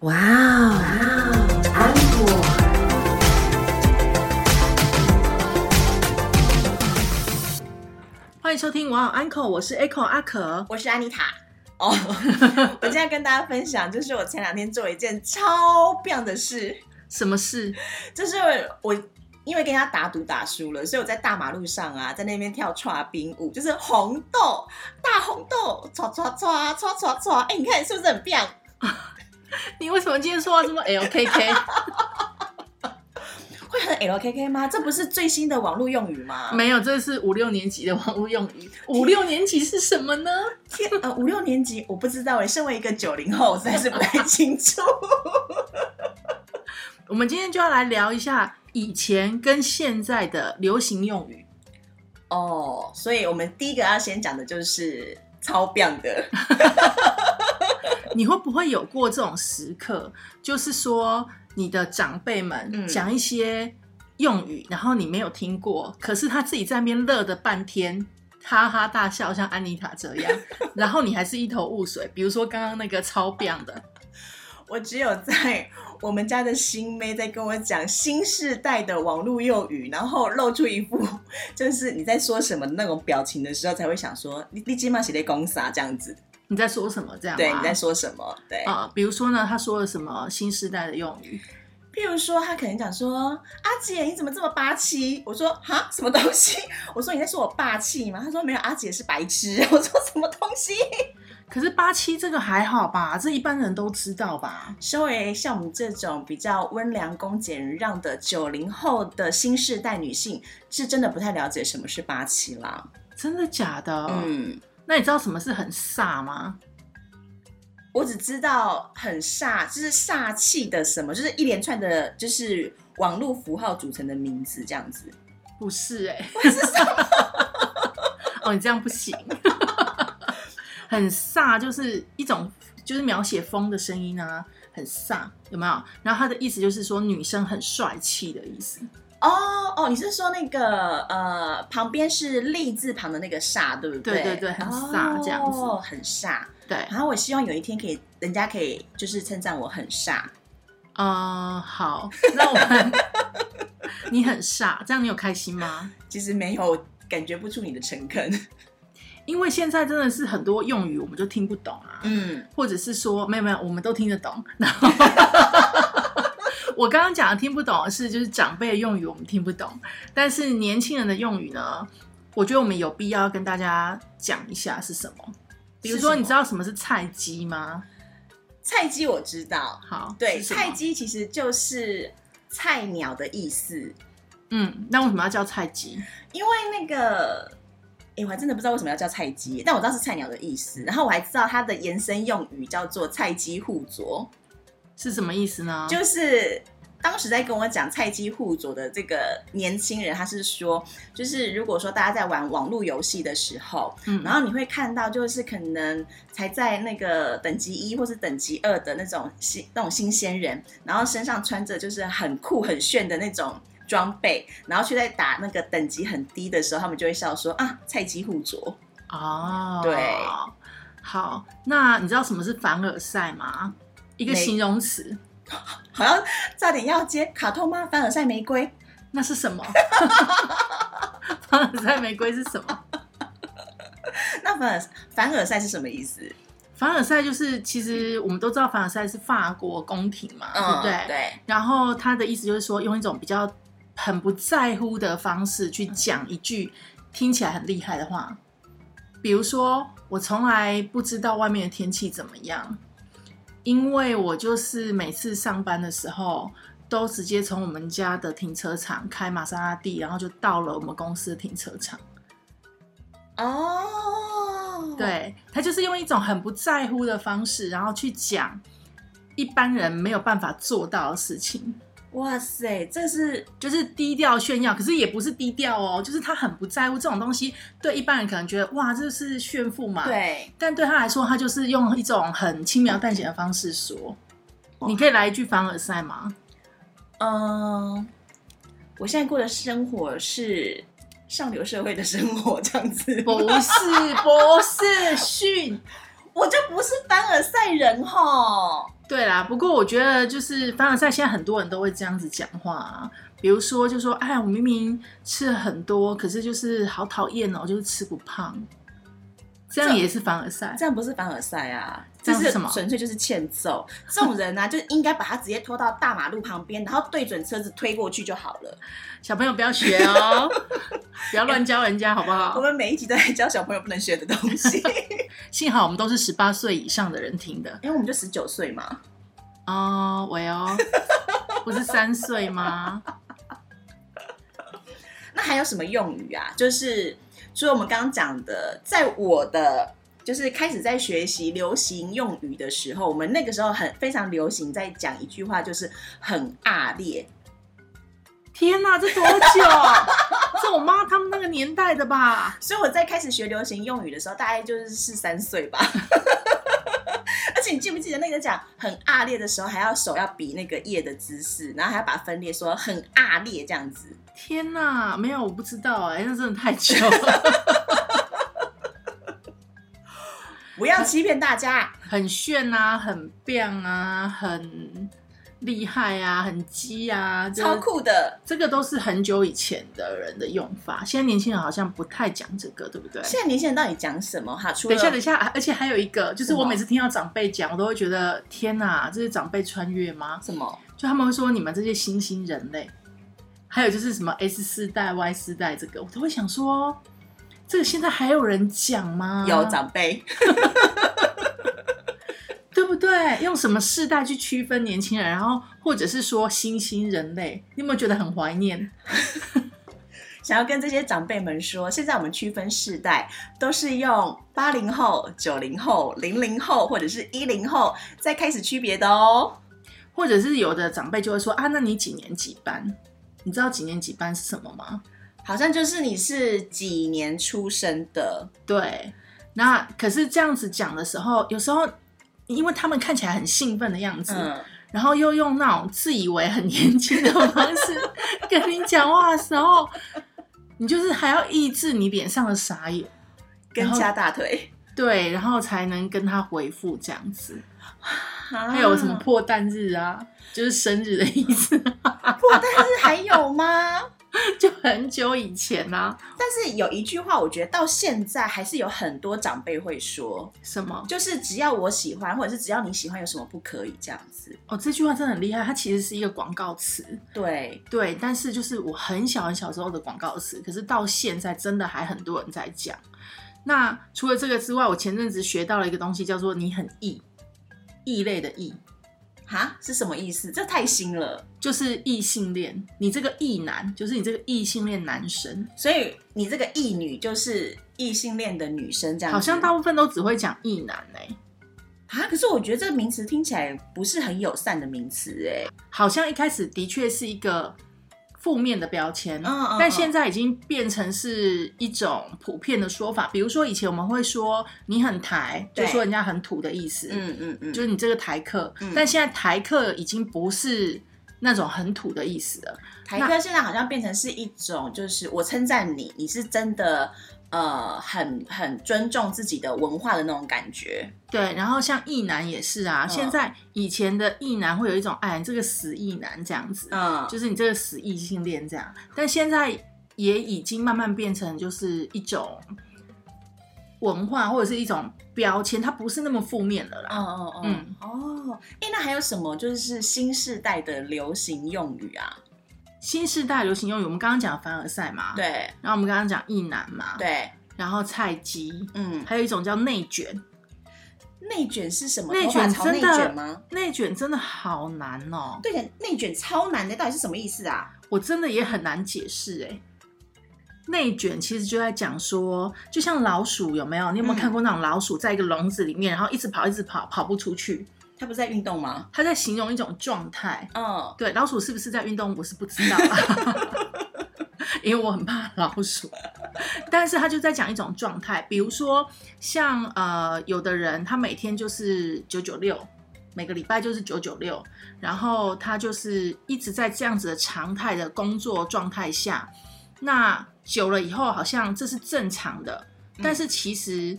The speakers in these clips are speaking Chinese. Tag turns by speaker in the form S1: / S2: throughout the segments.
S1: 哇哦，安普。
S2: 欢迎收听《哇哦 Uncle》，我是 Echo 阿可。
S3: 我是安妮塔。哦，我今天要跟大家分享，就是我前两天做一件超棒的事，
S2: 什么事？
S3: 就是我因为跟人家打赌打输了，所以我在大马路上啊，在那边跳串冰舞，就是红豆大红豆，唰唰唰唰唰唰，哎、你看是不是很棒？
S2: 你为什么今天说话这么 LKK？
S3: 会很 LKK 吗？这不是最新的网络用语吗？
S2: 没有，这是五六年级的网络用语。 五六年级是什么呢？
S3: 天，呃，五六年级我不知道哎，身为一个九零后，我实在是不太清楚。
S2: 我们今天就要来聊一下以前跟现在的流行用语。
S3: 哦，所以我们第一个要先讲的就是超棒的。
S2: 你会不会有过这种时刻？就是说，你的长辈们
S3: 嗯
S2: 讲一些用语，然后你没有听过，可是他自己在那边乐的半天，哈哈大笑，像安妮塔这 样，然后你还是一头雾水。比如说刚刚那个超棒的，
S3: 我只有在我们家的新妹在跟我讲新世代的网络用语，然后露出一副就是你在说什么那种表情的时候，才会想说你你今晚写的公啥这样子？
S2: 你在说什么？这样吗
S3: 对，你在说什么？对，
S2: 啊、比如说呢，他说了什么新时代的用语？
S3: 譬如说他可能讲说阿姐你怎么这么霸气？我说哈什么东西？我说你在说我霸气吗？他说没有，阿姐是白痴。我说什么东西？
S2: 可是八七这个还好吧，这一般人都知道吧？
S3: 身为像我们这种比较温良恭俭让的九零后的新世代女性，是真的不太了解什么是霸气啦。
S2: 真的假的？，
S3: 嗯，
S2: 那你知道什么是很飒吗？
S3: 我只知道很煞，就是煞气的什么，就是一连串的，就是网络符号组成的名字这样子。
S2: 不是哎、 哦，你这样不行。 很飒就是一种，就是描写风的声音啊，很飒，有没有？然后它的意思就是说女生很帅气的意思。
S3: 哦哦，你是说那个呃，旁边是立字旁的那个煞，对不
S2: 对对
S3: 对
S2: 对很煞这样子
S3: 哦很煞。
S2: 对，
S3: 然后我希望有一天可以，人家可以就是称赞我很煞。
S2: 呃，好，那我们 你很飒，这样你有开心吗？
S3: 其实没有，感觉不出你的诚恳。
S2: 因为现在真的是很多用语我们就听不懂啊，
S3: 嗯，
S2: 或者是说没有没有，我们都听得懂。 然后我刚刚讲的听不懂的是，就是长辈的用语我们听不懂，但是年轻人的用语呢，我觉得我们有必要跟大家讲一下是什么。比如
S3: 是什
S2: 说，
S3: 么
S2: 你知道什么是菜鸡吗？
S3: 菜鸡我知道，
S2: 好，
S3: 对，
S2: 是什么
S3: 菜。鸡其实就是菜鸟的意思。
S2: 嗯，那为什么要叫菜鸡？
S3: 因为那个，哎、我还真的不知道为什么要叫菜鸡，但我知道是菜鸟的意思。然后我还知道它的延伸用语叫做“菜鸡互啄
S2: 是什么意思呢”，？
S3: 就是当时在跟我讲“菜鸡互啄”的这个年轻人，他是说，就是如果说大家在玩网络游戏的时候，
S2: 嗯，
S3: 然后你会看到，就是可能才在那个等级一或是等级二的那种新那种新鲜人，然后身上穿着就是很酷很炫的那种装备，然后却在打那个等级很低的时候，他们就会笑说啊，菜鸡互啄。
S2: 哦，
S3: 对，
S2: 好，那你知道什么是凡尔赛吗？一个
S3: 没
S2: 形容词，
S3: 好像差点要接卡通吗？凡尔赛玫瑰，
S2: 那是 什么？凡尔赛玫瑰是什么？
S3: 那凡尔凡尔赛是什么意思？
S2: 凡尔赛就是，其实我们都知道凡尔赛是法国宫廷嘛，对不对？
S3: 嗯对，
S2: 然后他的意思就是说，用一种比较很不在乎的方式去讲一句听起来很厉害的话，比如说我从来不知道外面的天气怎么样，因为我就是每次上班的时候。都直接从我们家的停车场开玛莎拉蒂，然后就到了我们公司的停车场。
S3: 哦，，
S2: 对他就是用一种很不在乎的方式，然后去讲一般人没有办法做到的事情。
S3: 哇塞，这是
S2: 就是低调炫耀，可是也不是低调哦，就是他很不在乎这种东西。对一般人可能觉得哇，这是炫富嘛，。
S3: 对，
S2: 但对他来说，他就是用一种很轻描淡写的方式说。你可以来一句凡尔赛吗？
S3: 嗯，我现在过的生活是上流社会的生活，这样子，
S2: 不是，不是训，
S3: 我就不是凡尔赛人吼。
S2: 对啦，不过我觉得就是凡尔赛，现在很多人都会这样子讲话、啊，比如说就说，哎，我明明吃了很多，可是就是好讨厌哦，就是吃不胖，这样
S3: 这
S2: 也是凡尔赛
S3: 这。样不是凡尔赛啊，
S2: 这
S3: 这
S2: 样是
S3: 是
S2: 什么
S3: 纯粹就是欠揍。这种人呢、啊，就 应该把他直接拖到大马路旁边，然后对准车子推过去就好了。
S2: 小朋友不要学哦，不要乱教人家好不
S3: 我
S2: 好？
S3: 们每一集都在教小朋友不能学的东 西，
S2: 幸好我们都是十八岁以上的人听的
S3: 因为我们就十九岁嘛。
S2: 哦，喂哦，不是三岁吗？
S3: 那还有什么用语啊？就是除了我们刚刚讲的，在我的就是开始在学习流行用语的时候，我们那个时候很非常流行在讲一句话，就是很尬烈。
S2: 天哪、这多久？这我妈他们那个年代的吧？
S3: 所以我在开始学流行用语的时候，大概就是是三岁吧。 而且你记不记得那个讲很尬烈的时候，还要手要比那个叶的姿势，然后还要把它分裂说很尬烈这样子。
S2: 天哪、没有，我不知道哎、那真的太久了，
S3: 不要欺骗大家，
S2: 很炫啊，很棒啊，很厉害啊，很鸡啊，就是
S3: 超。酷的。
S2: 这个都是很久以前的人的用法，现在年轻人好像不太讲这个，对不对？
S3: 现在年轻人到底讲什么哈？除
S2: 等
S3: 了
S2: 一下，等一下，而且还有一个，就是
S3: 什么
S2: 我每次听到长辈讲，我都会觉得天哪，这是长辈穿越吗？
S3: 什么？
S2: 就他们会说你们这些新兴人类，还有就是什么 S 世代、Y 世代这个，我都会想说，这个现在还有人讲吗？
S3: 有，长辈。
S2: 对不对？用什么世代去区分年轻人，然后或者是说新兴人类，你有没有觉得很怀念？
S3: 想要跟这些长辈们说，现在我们区分世代都是用八零后、九零后、零零后或者是一零后再开始区别的哦。
S2: 或者是有的长辈就会说啊，那你几年几班？你知道几年几班是什么吗？
S3: 好像就是你是几年出生的，
S2: 对，那可是这样子讲的时候，有时候因为他们看起来很兴奋的样子，
S3: 嗯，
S2: 然后又用那种自以为很年轻的方式跟你讲话的时候，你就是还要抑制你脸上的傻眼，
S3: 跟加大腿。
S2: 对，然后才能跟他回复这样子。 还
S3: 还
S2: 有什么破蛋日啊，就是生日的意思，
S3: 破？
S2: 啊
S3: 但是还有吗？
S2: 就很久以前啊，
S3: 但是有一句话，我觉得到现在还是有很多长辈会说，
S2: 什么
S3: 就是只要我喜欢，或者是只要你喜欢，有什么不可以这样子？
S2: 哦，这句话真的很厉害，它其实是一个广告词。
S3: 对，
S2: 对，但是就是我很小很小时候的广告词，可是到现在真的还很多人在讲。那除了这个之外，我前阵子学到了一个东西，叫做“你很异”，异类的异，
S3: 哈是什么意思？这太新了。
S2: 就是异性恋。你这个异男，就是你这个异性恋男生，
S3: 所以你这个异女就是异性恋的女生，这样子
S2: 好像大部分都只会讲异男哎、
S3: 啊。可是我觉得这个名词听起来不是很友善的名词哎、
S2: 好像一开始的确是一个负面的标签，
S3: 嗯嗯
S2: 但
S3: 嗯
S2: 现在已经变成是一种普遍的说法。比如说以前我们会说你很台，就
S3: 对
S2: 说人家很土的意思，
S3: 嗯嗯嗯，
S2: 就是你这个台客，
S3: 嗯
S2: 但现在台客已经不是那种很土的意思了。
S3: 台哥现在好像变成是一种，就是我称赞你，你是真的呃很很尊重自己的文化的那种感觉。
S2: 对，然后像意男也是啊，
S3: 嗯
S2: 现在以前的意男会有一种，哎，你这个死意男这样子，
S3: 嗯，
S2: 就是你这个死异性恋这样，但现在也已经慢慢变成就是一种文化或者是一种标签，它不是那么负面的啦。
S3: 嗯嗯嗯哦，哎、那还有什么就是新世代的流行用语啊？
S2: 新时代流行用语，我们刚刚讲凡尔赛嘛，，
S3: 对
S2: 然后我们刚刚讲意男嘛，，
S3: 对，
S2: 然后菜鸡，
S3: 嗯，
S2: 还有一种叫内卷。
S3: 内卷是什么？
S2: 内
S3: 头发
S2: 卷
S3: 朝内
S2: 真的
S3: 卷吗？
S2: 内卷真的好难哦，
S3: 对的，内卷超难的，到底是什么意思啊？
S2: 我真的也很难解释哎。内卷其实就在讲说，就像老鼠有没有？你有没有
S3: 嗯
S2: 看过那种老鼠在一个笼子里面，然后一直跑，一直跑，跑不出去？
S3: 他不是在运动吗？
S2: 它在形容一种状态。
S3: 嗯，
S2: 对，老鼠是不是在运动？我是不知道啊， 因为我很怕老鼠。但是它就在讲一种状态，比如说像呃，有的人他每天就是九九六，每个礼拜就是九九六，然后他就是一直在这样子的常态的工作状态下，那久了以后好像这是正常的，但是其实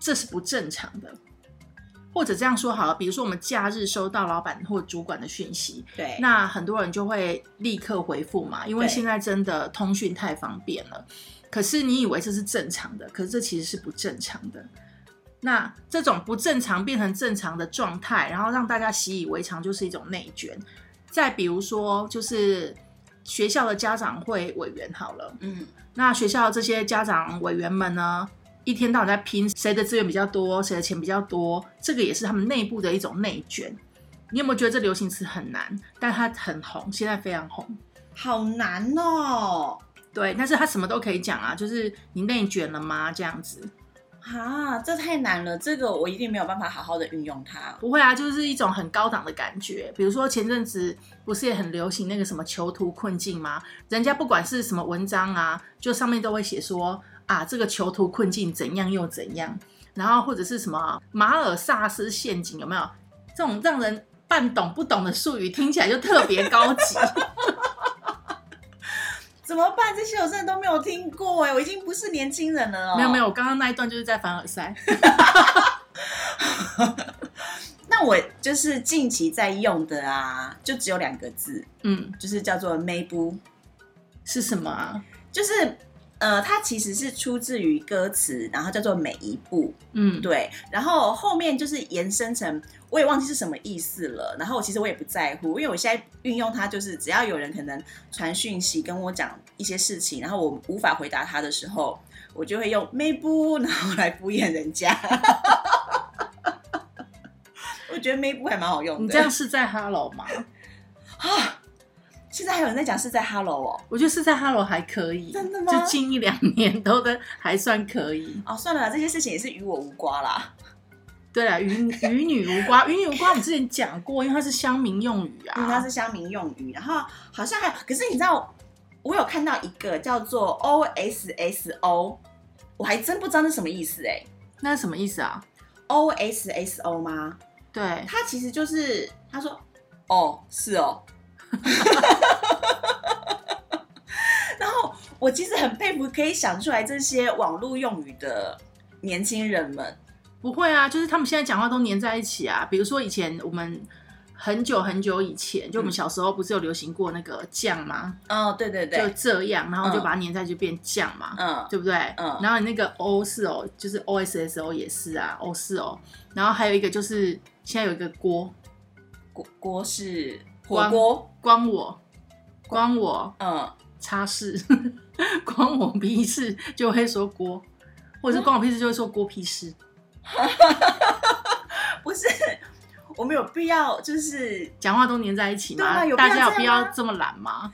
S2: 这是不正常的。或者这样说好了，比如说我们假日收到老板或主管的讯息，
S3: 对，
S2: 那很多人就会立刻回复嘛，因为
S3: 对
S2: 现在真的通讯太方便了。可是你以为这是正常的，可是这其实是不正常的。那这种不正常变成正常的状态，然后让大家习以为常，就是一种内卷。再比如说，就是学校的家长会委员好了，
S3: 嗯，
S2: 那学校这些家长委员们呢，一天到晚在拼谁的资源比较多，谁的钱比较多，这个也是他们内部的一种内卷。你有没有觉得这流行词很难？但它很红，现在非常红。
S3: 好难哦，
S2: 对，但是它什么都可以讲啊，就是你内卷了吗？这样子
S3: 啊，这太难了，这个我一定没有办法好好的运用它。
S2: 不会啊，就是一种很高档的感觉。比如说前阵子不是也很流行那个什么囚徒困境吗？人家不管是什么文章啊，就上面都会写说啊，这个囚徒困境怎样又怎样，然后或者是什么马尔萨斯陷阱有没有？这种让人半懂不懂的术语，听起来就特别高级。
S3: 哦怎么办？这些我真的都没有听过哎，我已经不是年轻人了哦。
S2: 没有没有，我刚刚那一段就是在凡尔赛。
S3: 那我就是近期在用的啊，就只有两个字，
S2: 嗯，
S3: 就是叫做 “maybe”，
S2: 是什么啊？
S3: 就是呃，它其实是出自于歌词，然后叫做“每一步”，
S2: 嗯，
S3: 对，然后后面就是延伸成，我也忘记是什么意思了。然后我其实我也不在乎，因为我现在运用它，就是只要有人可能传讯息跟我讲一些事情，然后我无法回答他的时候，我就会用 maybe，然后来敷衍人家。我觉得 maybe 还蛮好用的。
S2: 你这样是在 Hello 吗？
S3: 啊？现在还有人在讲是在 hello 哦。
S2: 我觉得是在 Hello 还可以，
S3: 真的吗
S2: 就近一两年都的还算可以。
S3: 哦，算了啦，这些事情也是与我无关啦。
S2: 对了，与与女无瓜，与女无瓜，我们之前讲过，因为它是乡民用语啊。
S3: 嗯，它是乡民用语，然后好像还有，可是你知道，我有看到一个叫做 O S S O，我还真不知道那什么意思哎、
S2: 那是什么意思啊？
S3: O S S O 吗？
S2: 对，
S3: 它其实就是他说哦是哦， 然后我其实很佩服可以想出来这些网络用语的年轻人们，
S2: 不会啊，就是他们现在讲话都粘在一起啊。比如说以前我们很久很久以前，就我们小时候不是有流行过那个酱吗？
S3: 嗯对对
S2: 就
S3: 对，
S2: 这样，然后就
S3: 嗯
S2: 把它粘在一起就变酱嘛。
S3: 嗯
S2: 对不对？
S3: 嗯
S2: 然后你那个 O 是哦，就是 O S S O 也是啊，O 是哦。然后还有一个就是现在有一个锅，
S3: 锅锅是火
S2: 光
S3: 锅，
S2: 光我，光我
S3: 嗯
S2: 擦拭， 关我屁事就会说锅，或者
S3: 嗯
S2: 是关我屁事就会说锅屁事。
S3: 不是。 我们有必要就是
S2: 讲话都粘在一起
S3: 对啊
S2: 吗？
S3: 有必要
S2: 大家有必
S3: 这样
S2: 要
S3: 吗
S2: 这么懒吗？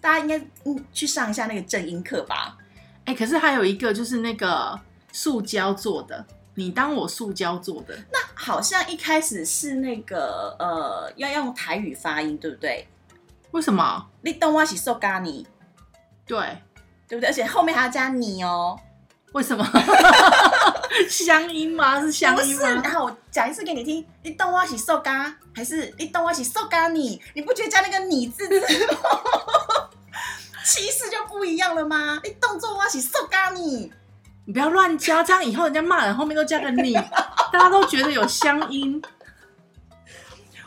S3: 大家应该嗯去上一下那个正音课吧。
S2: 哎、可是还有一个就是那个塑胶做的，你当我塑胶做的，
S3: 那好像一开始是那个呃要用台语发音，对不对？
S2: 为什么？
S3: 你动我是受咖你，
S2: 对，
S3: 对不对？而且后面还要加你哦，
S2: 为 什么？乡音吗？是乡
S3: 不
S2: 音
S3: 是？
S2: 吗？
S3: 然后我讲一次给你听，你动我是受咖，还是你动我是受咖你？你不觉得加那个你字 之后气势就不一样了吗？你动作我是受咖你，
S2: 你不要乱加，这样以后人家骂人后面都加个你，大家都觉得有乡音。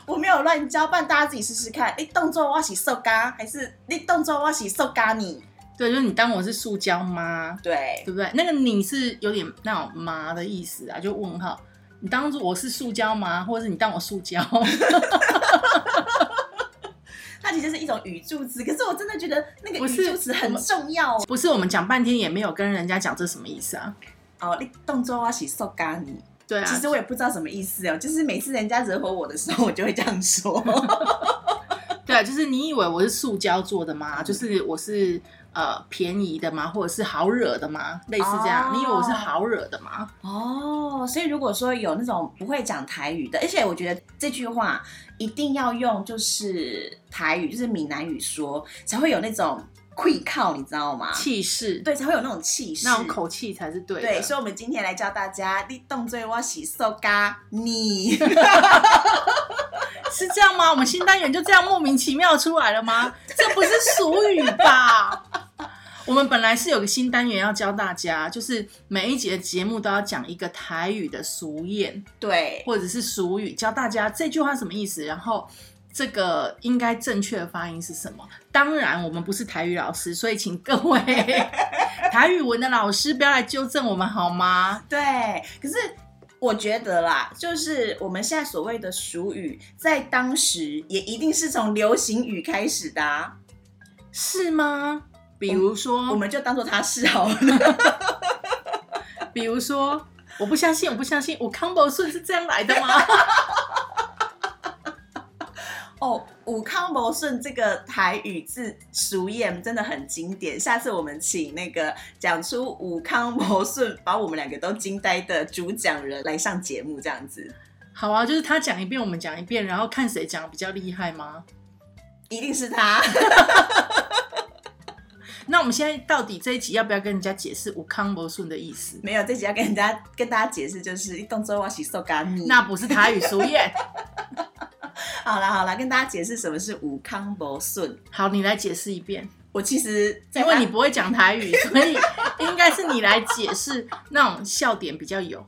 S3: 我没有乱教，不然大家自己试试看。你动作我是受咖，还是你动作我是受咖你？
S2: 对，就是你当我是塑胶吗？
S3: 对，
S2: 对不对？那个你是有点那种麻的意思啊，就问号。你当做我是塑胶吗？或者是你当我塑胶？
S3: 它其实是一种语助词，可是我真的觉得那个
S2: 不
S3: 语
S2: 是
S3: 助词很重要哦。
S2: 不是，我们讲半天也没有跟人家讲这什么意思啊。
S3: 哦，你动作要洗手咖你，
S2: 对啊，
S3: 其实我也不知道什么意思哦，就是每次人家惹火我的时候，我就会这 样说。
S2: 对啊，就是你以为我是塑胶做的吗？就是我是呃便宜的吗？或者是好惹的吗？类似这样，
S3: 哦
S2: 你以为我是好惹的吗？
S3: 哦，所以如果说有那种不会讲台语的，而且我觉得这句话一定要用就是台语，就是闽南语说，才会有那种愧靠，你知道吗？
S2: 气势，
S3: 对，才会有那种气势。
S2: 那种口啊气才是对的。
S3: 对，所以我们今天来教大家，你动作我洗手咖 你。
S2: 是这样吗？我们新单元就这样莫名其妙出来了吗？这不是俗语吧？我们本来是有个新单元要教大家，就是每一集的节目都要讲一个台语的俗谚
S3: 对，
S2: 或者是俗语，教大家这句话什么意思，然后这个应该正确的发音是什么。当然，我们不是台语老师，所以请各位 台语文的老师不要来纠正我们好吗？
S3: 对，可是我觉得啦，就是我们现在所谓的俗语，在当时也一定是从流行语开始的、啊，
S2: 是吗？比如说，
S3: 我们就当做它是好了。
S2: 比如说，我不相信，我不相信，我康伯顺是这样来的吗？
S3: 哦，武康谋顺这个台语字俗谚真的很经典，下次我们请那个讲出武康谋顺，把我们两个都惊呆的主讲人来上节目，这样子
S2: 好啊，就是他讲一遍，我们讲一遍，然后看谁讲得比较厉害吗？
S3: 一定是他。
S2: 那我们现在到底这一集要不要跟人家解释“无康不顺”的意思？
S3: 没有，这集要跟人家跟大家解释，就是动作我洗手干你。
S2: 那不是台语俗谚。
S3: 好啦好啦，跟大家解释什么是武康谋顺。
S2: 好，你来解释一遍，
S3: 我其实在啊
S2: 因为你不会讲台语，所以应该是你来解释，那种笑点比较有。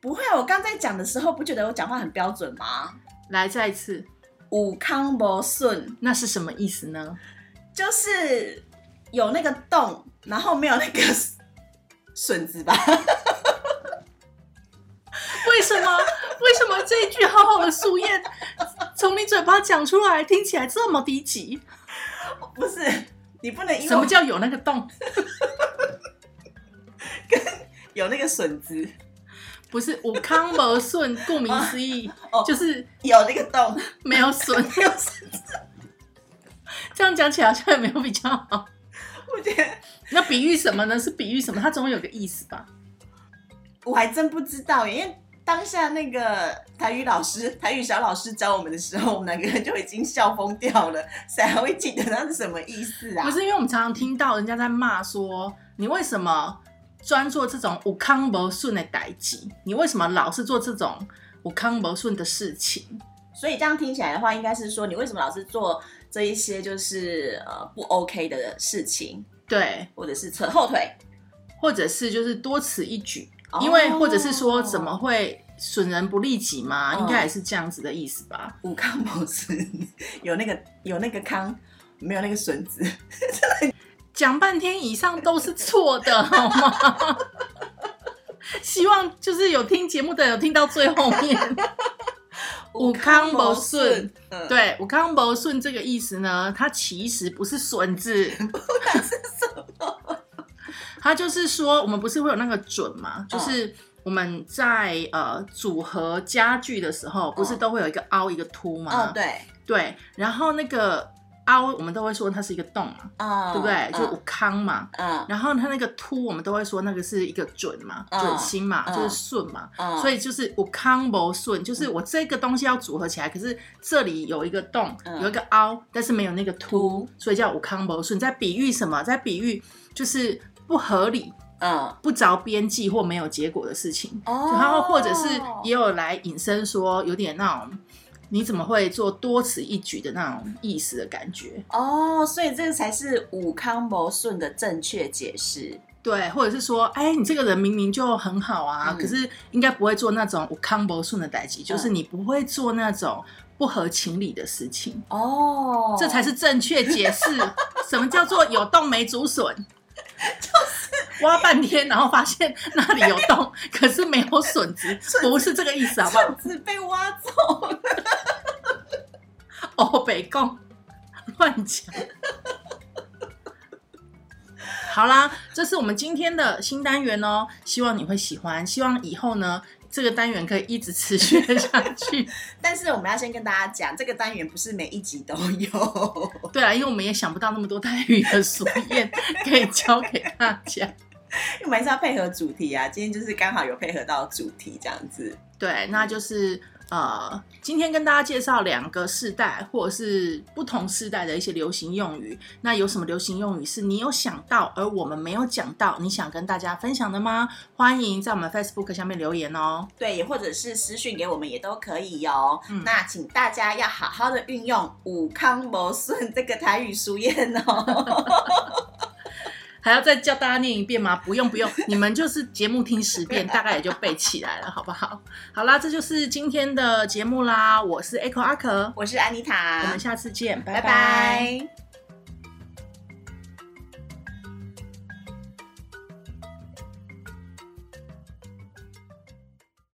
S3: 不会啊，我刚在讲的时候不觉得我讲话很标准吗？
S2: 来，再一次，
S3: 武康谋顺
S2: 那是什么意思呢？
S3: 就是有那个洞，然后没有那个 笋子吧？
S2: 为什么？为什么这一句好好的俗谚，从你嘴巴讲出来，听起来这么低级？
S3: 不是，你不能因为
S2: 什么叫有那个洞？
S3: 有那个笋子，
S2: 不是武康不顺，顾名思义
S3: 哦，
S2: 就是
S3: 有那个洞，
S2: 没有损。
S3: 没有笋子？
S2: 这样讲起来好像也没有比较好。
S3: 我觉得
S2: 那比喻什么呢？是比喻什么？它总会有个意思吧？
S3: 我还真不知道耶，因为当下那个台语老师、台语小老师教我们的时候，我们两个人就已经笑疯掉了，谁还会记得那是什么意思啊？
S2: 不是，因为我们常常听到人家在骂说，你为什么专做这种武康不顺的代际？你为什么老是做这种武康不顺的事情？
S3: 所以这样听起来的话，应该是说你为什么老是做这一些就是呃不 OK 的事情，
S2: 对，
S3: 或者是扯后腿，
S2: 或者是就是多此一举，因为或者是说怎么会损人不利己嘛？
S3: 哦
S2: 应该也是这样子的意思吧？
S3: 武康谋损，有那个有那个康，没有那个笋子，
S2: 讲半天以上都是错的， 好吗？希望就是有听节目的有听到最后面。武康谋顺，
S3: 嗯，
S2: 对，武康不顺这个意思呢，它其实不是笋字，它就是说我们不是会有那个准嘛，就是我们在呃组合家具的时候，不是都会有一个凹一个凸嘛？
S3: 哦对，
S2: 对，然后那个凹我们都会说它是一个洞嘛，
S3: 啊，
S2: 对不对？就武康嘛。
S3: 嗯
S2: 然后它那个凸，我们都会说那个是一个准嘛，
S3: 嗯
S2: 准心嘛，
S3: 嗯
S2: 就是顺嘛。
S3: 嗯，
S2: 所
S3: 以
S2: 以就是我康不顺，就是我这个东西要组合起来，可是这里有一个洞，
S3: 嗯
S2: 有一个凹，但是没有那个凸
S3: 凸，
S2: 所以叫我康不顺。在比喻什么？在比喻就是不合理、
S3: 嗯
S2: 不着边际或没有结果的事情。
S3: 哦
S2: 然后或者是也有来引申说，有点那种你怎么会做多此一举的那种意思的感觉，
S3: 哦，所以这个才是武康谋顺的正确解释。
S2: 对，或者是说，哎，你这个人明明就很好啊，
S3: 嗯
S2: 可是应该不会做那种我康不顺的代际，就是你不会做那种不合情理的事情，
S3: 哦，
S2: 这才是正确解 释什么叫做有洞没竹笋， 就是挖半天，然后发现那里有洞，可是没有 笋子，不是这个意思，好不好？
S3: 笋子被挖走了。
S2: 哦，北贡乱讲。好啦，这是我们今天的新单元哦，希望你会喜欢，希望以后呢这个单元可以一直持续地下去。
S3: 但是我们要先跟大家讲，这个单元不是每一集都有。
S2: 对啊，因为我们也想不到那么多台语的俗谚可以教给大家。
S3: 因为我们还是要配合主题啊，今天就是刚好有配合到主题这样子。
S2: 对，那就是呃，今天跟大家介绍两个世代或者是不同世代的一些流行用语。那有什么流行用语是你有想到而我们没有讲到，你想跟大家分享的吗？欢迎在我们 Facebook 下面留言哦。
S3: 对，也或者是私讯给我们也都可以哦。
S2: 嗯
S3: 那请大家要好好 的运用“武康谋顺”这个台语俗谚哦。
S2: 还要再叫大家念一遍吗？不用不用，你们就是节目听十遍，大概也就背起来了，好不好？好啦，这就是今天的节目啦。我是 Echo 阿可，
S3: 我是安妮塔，
S2: 我们下次见，拜
S3: 拜拜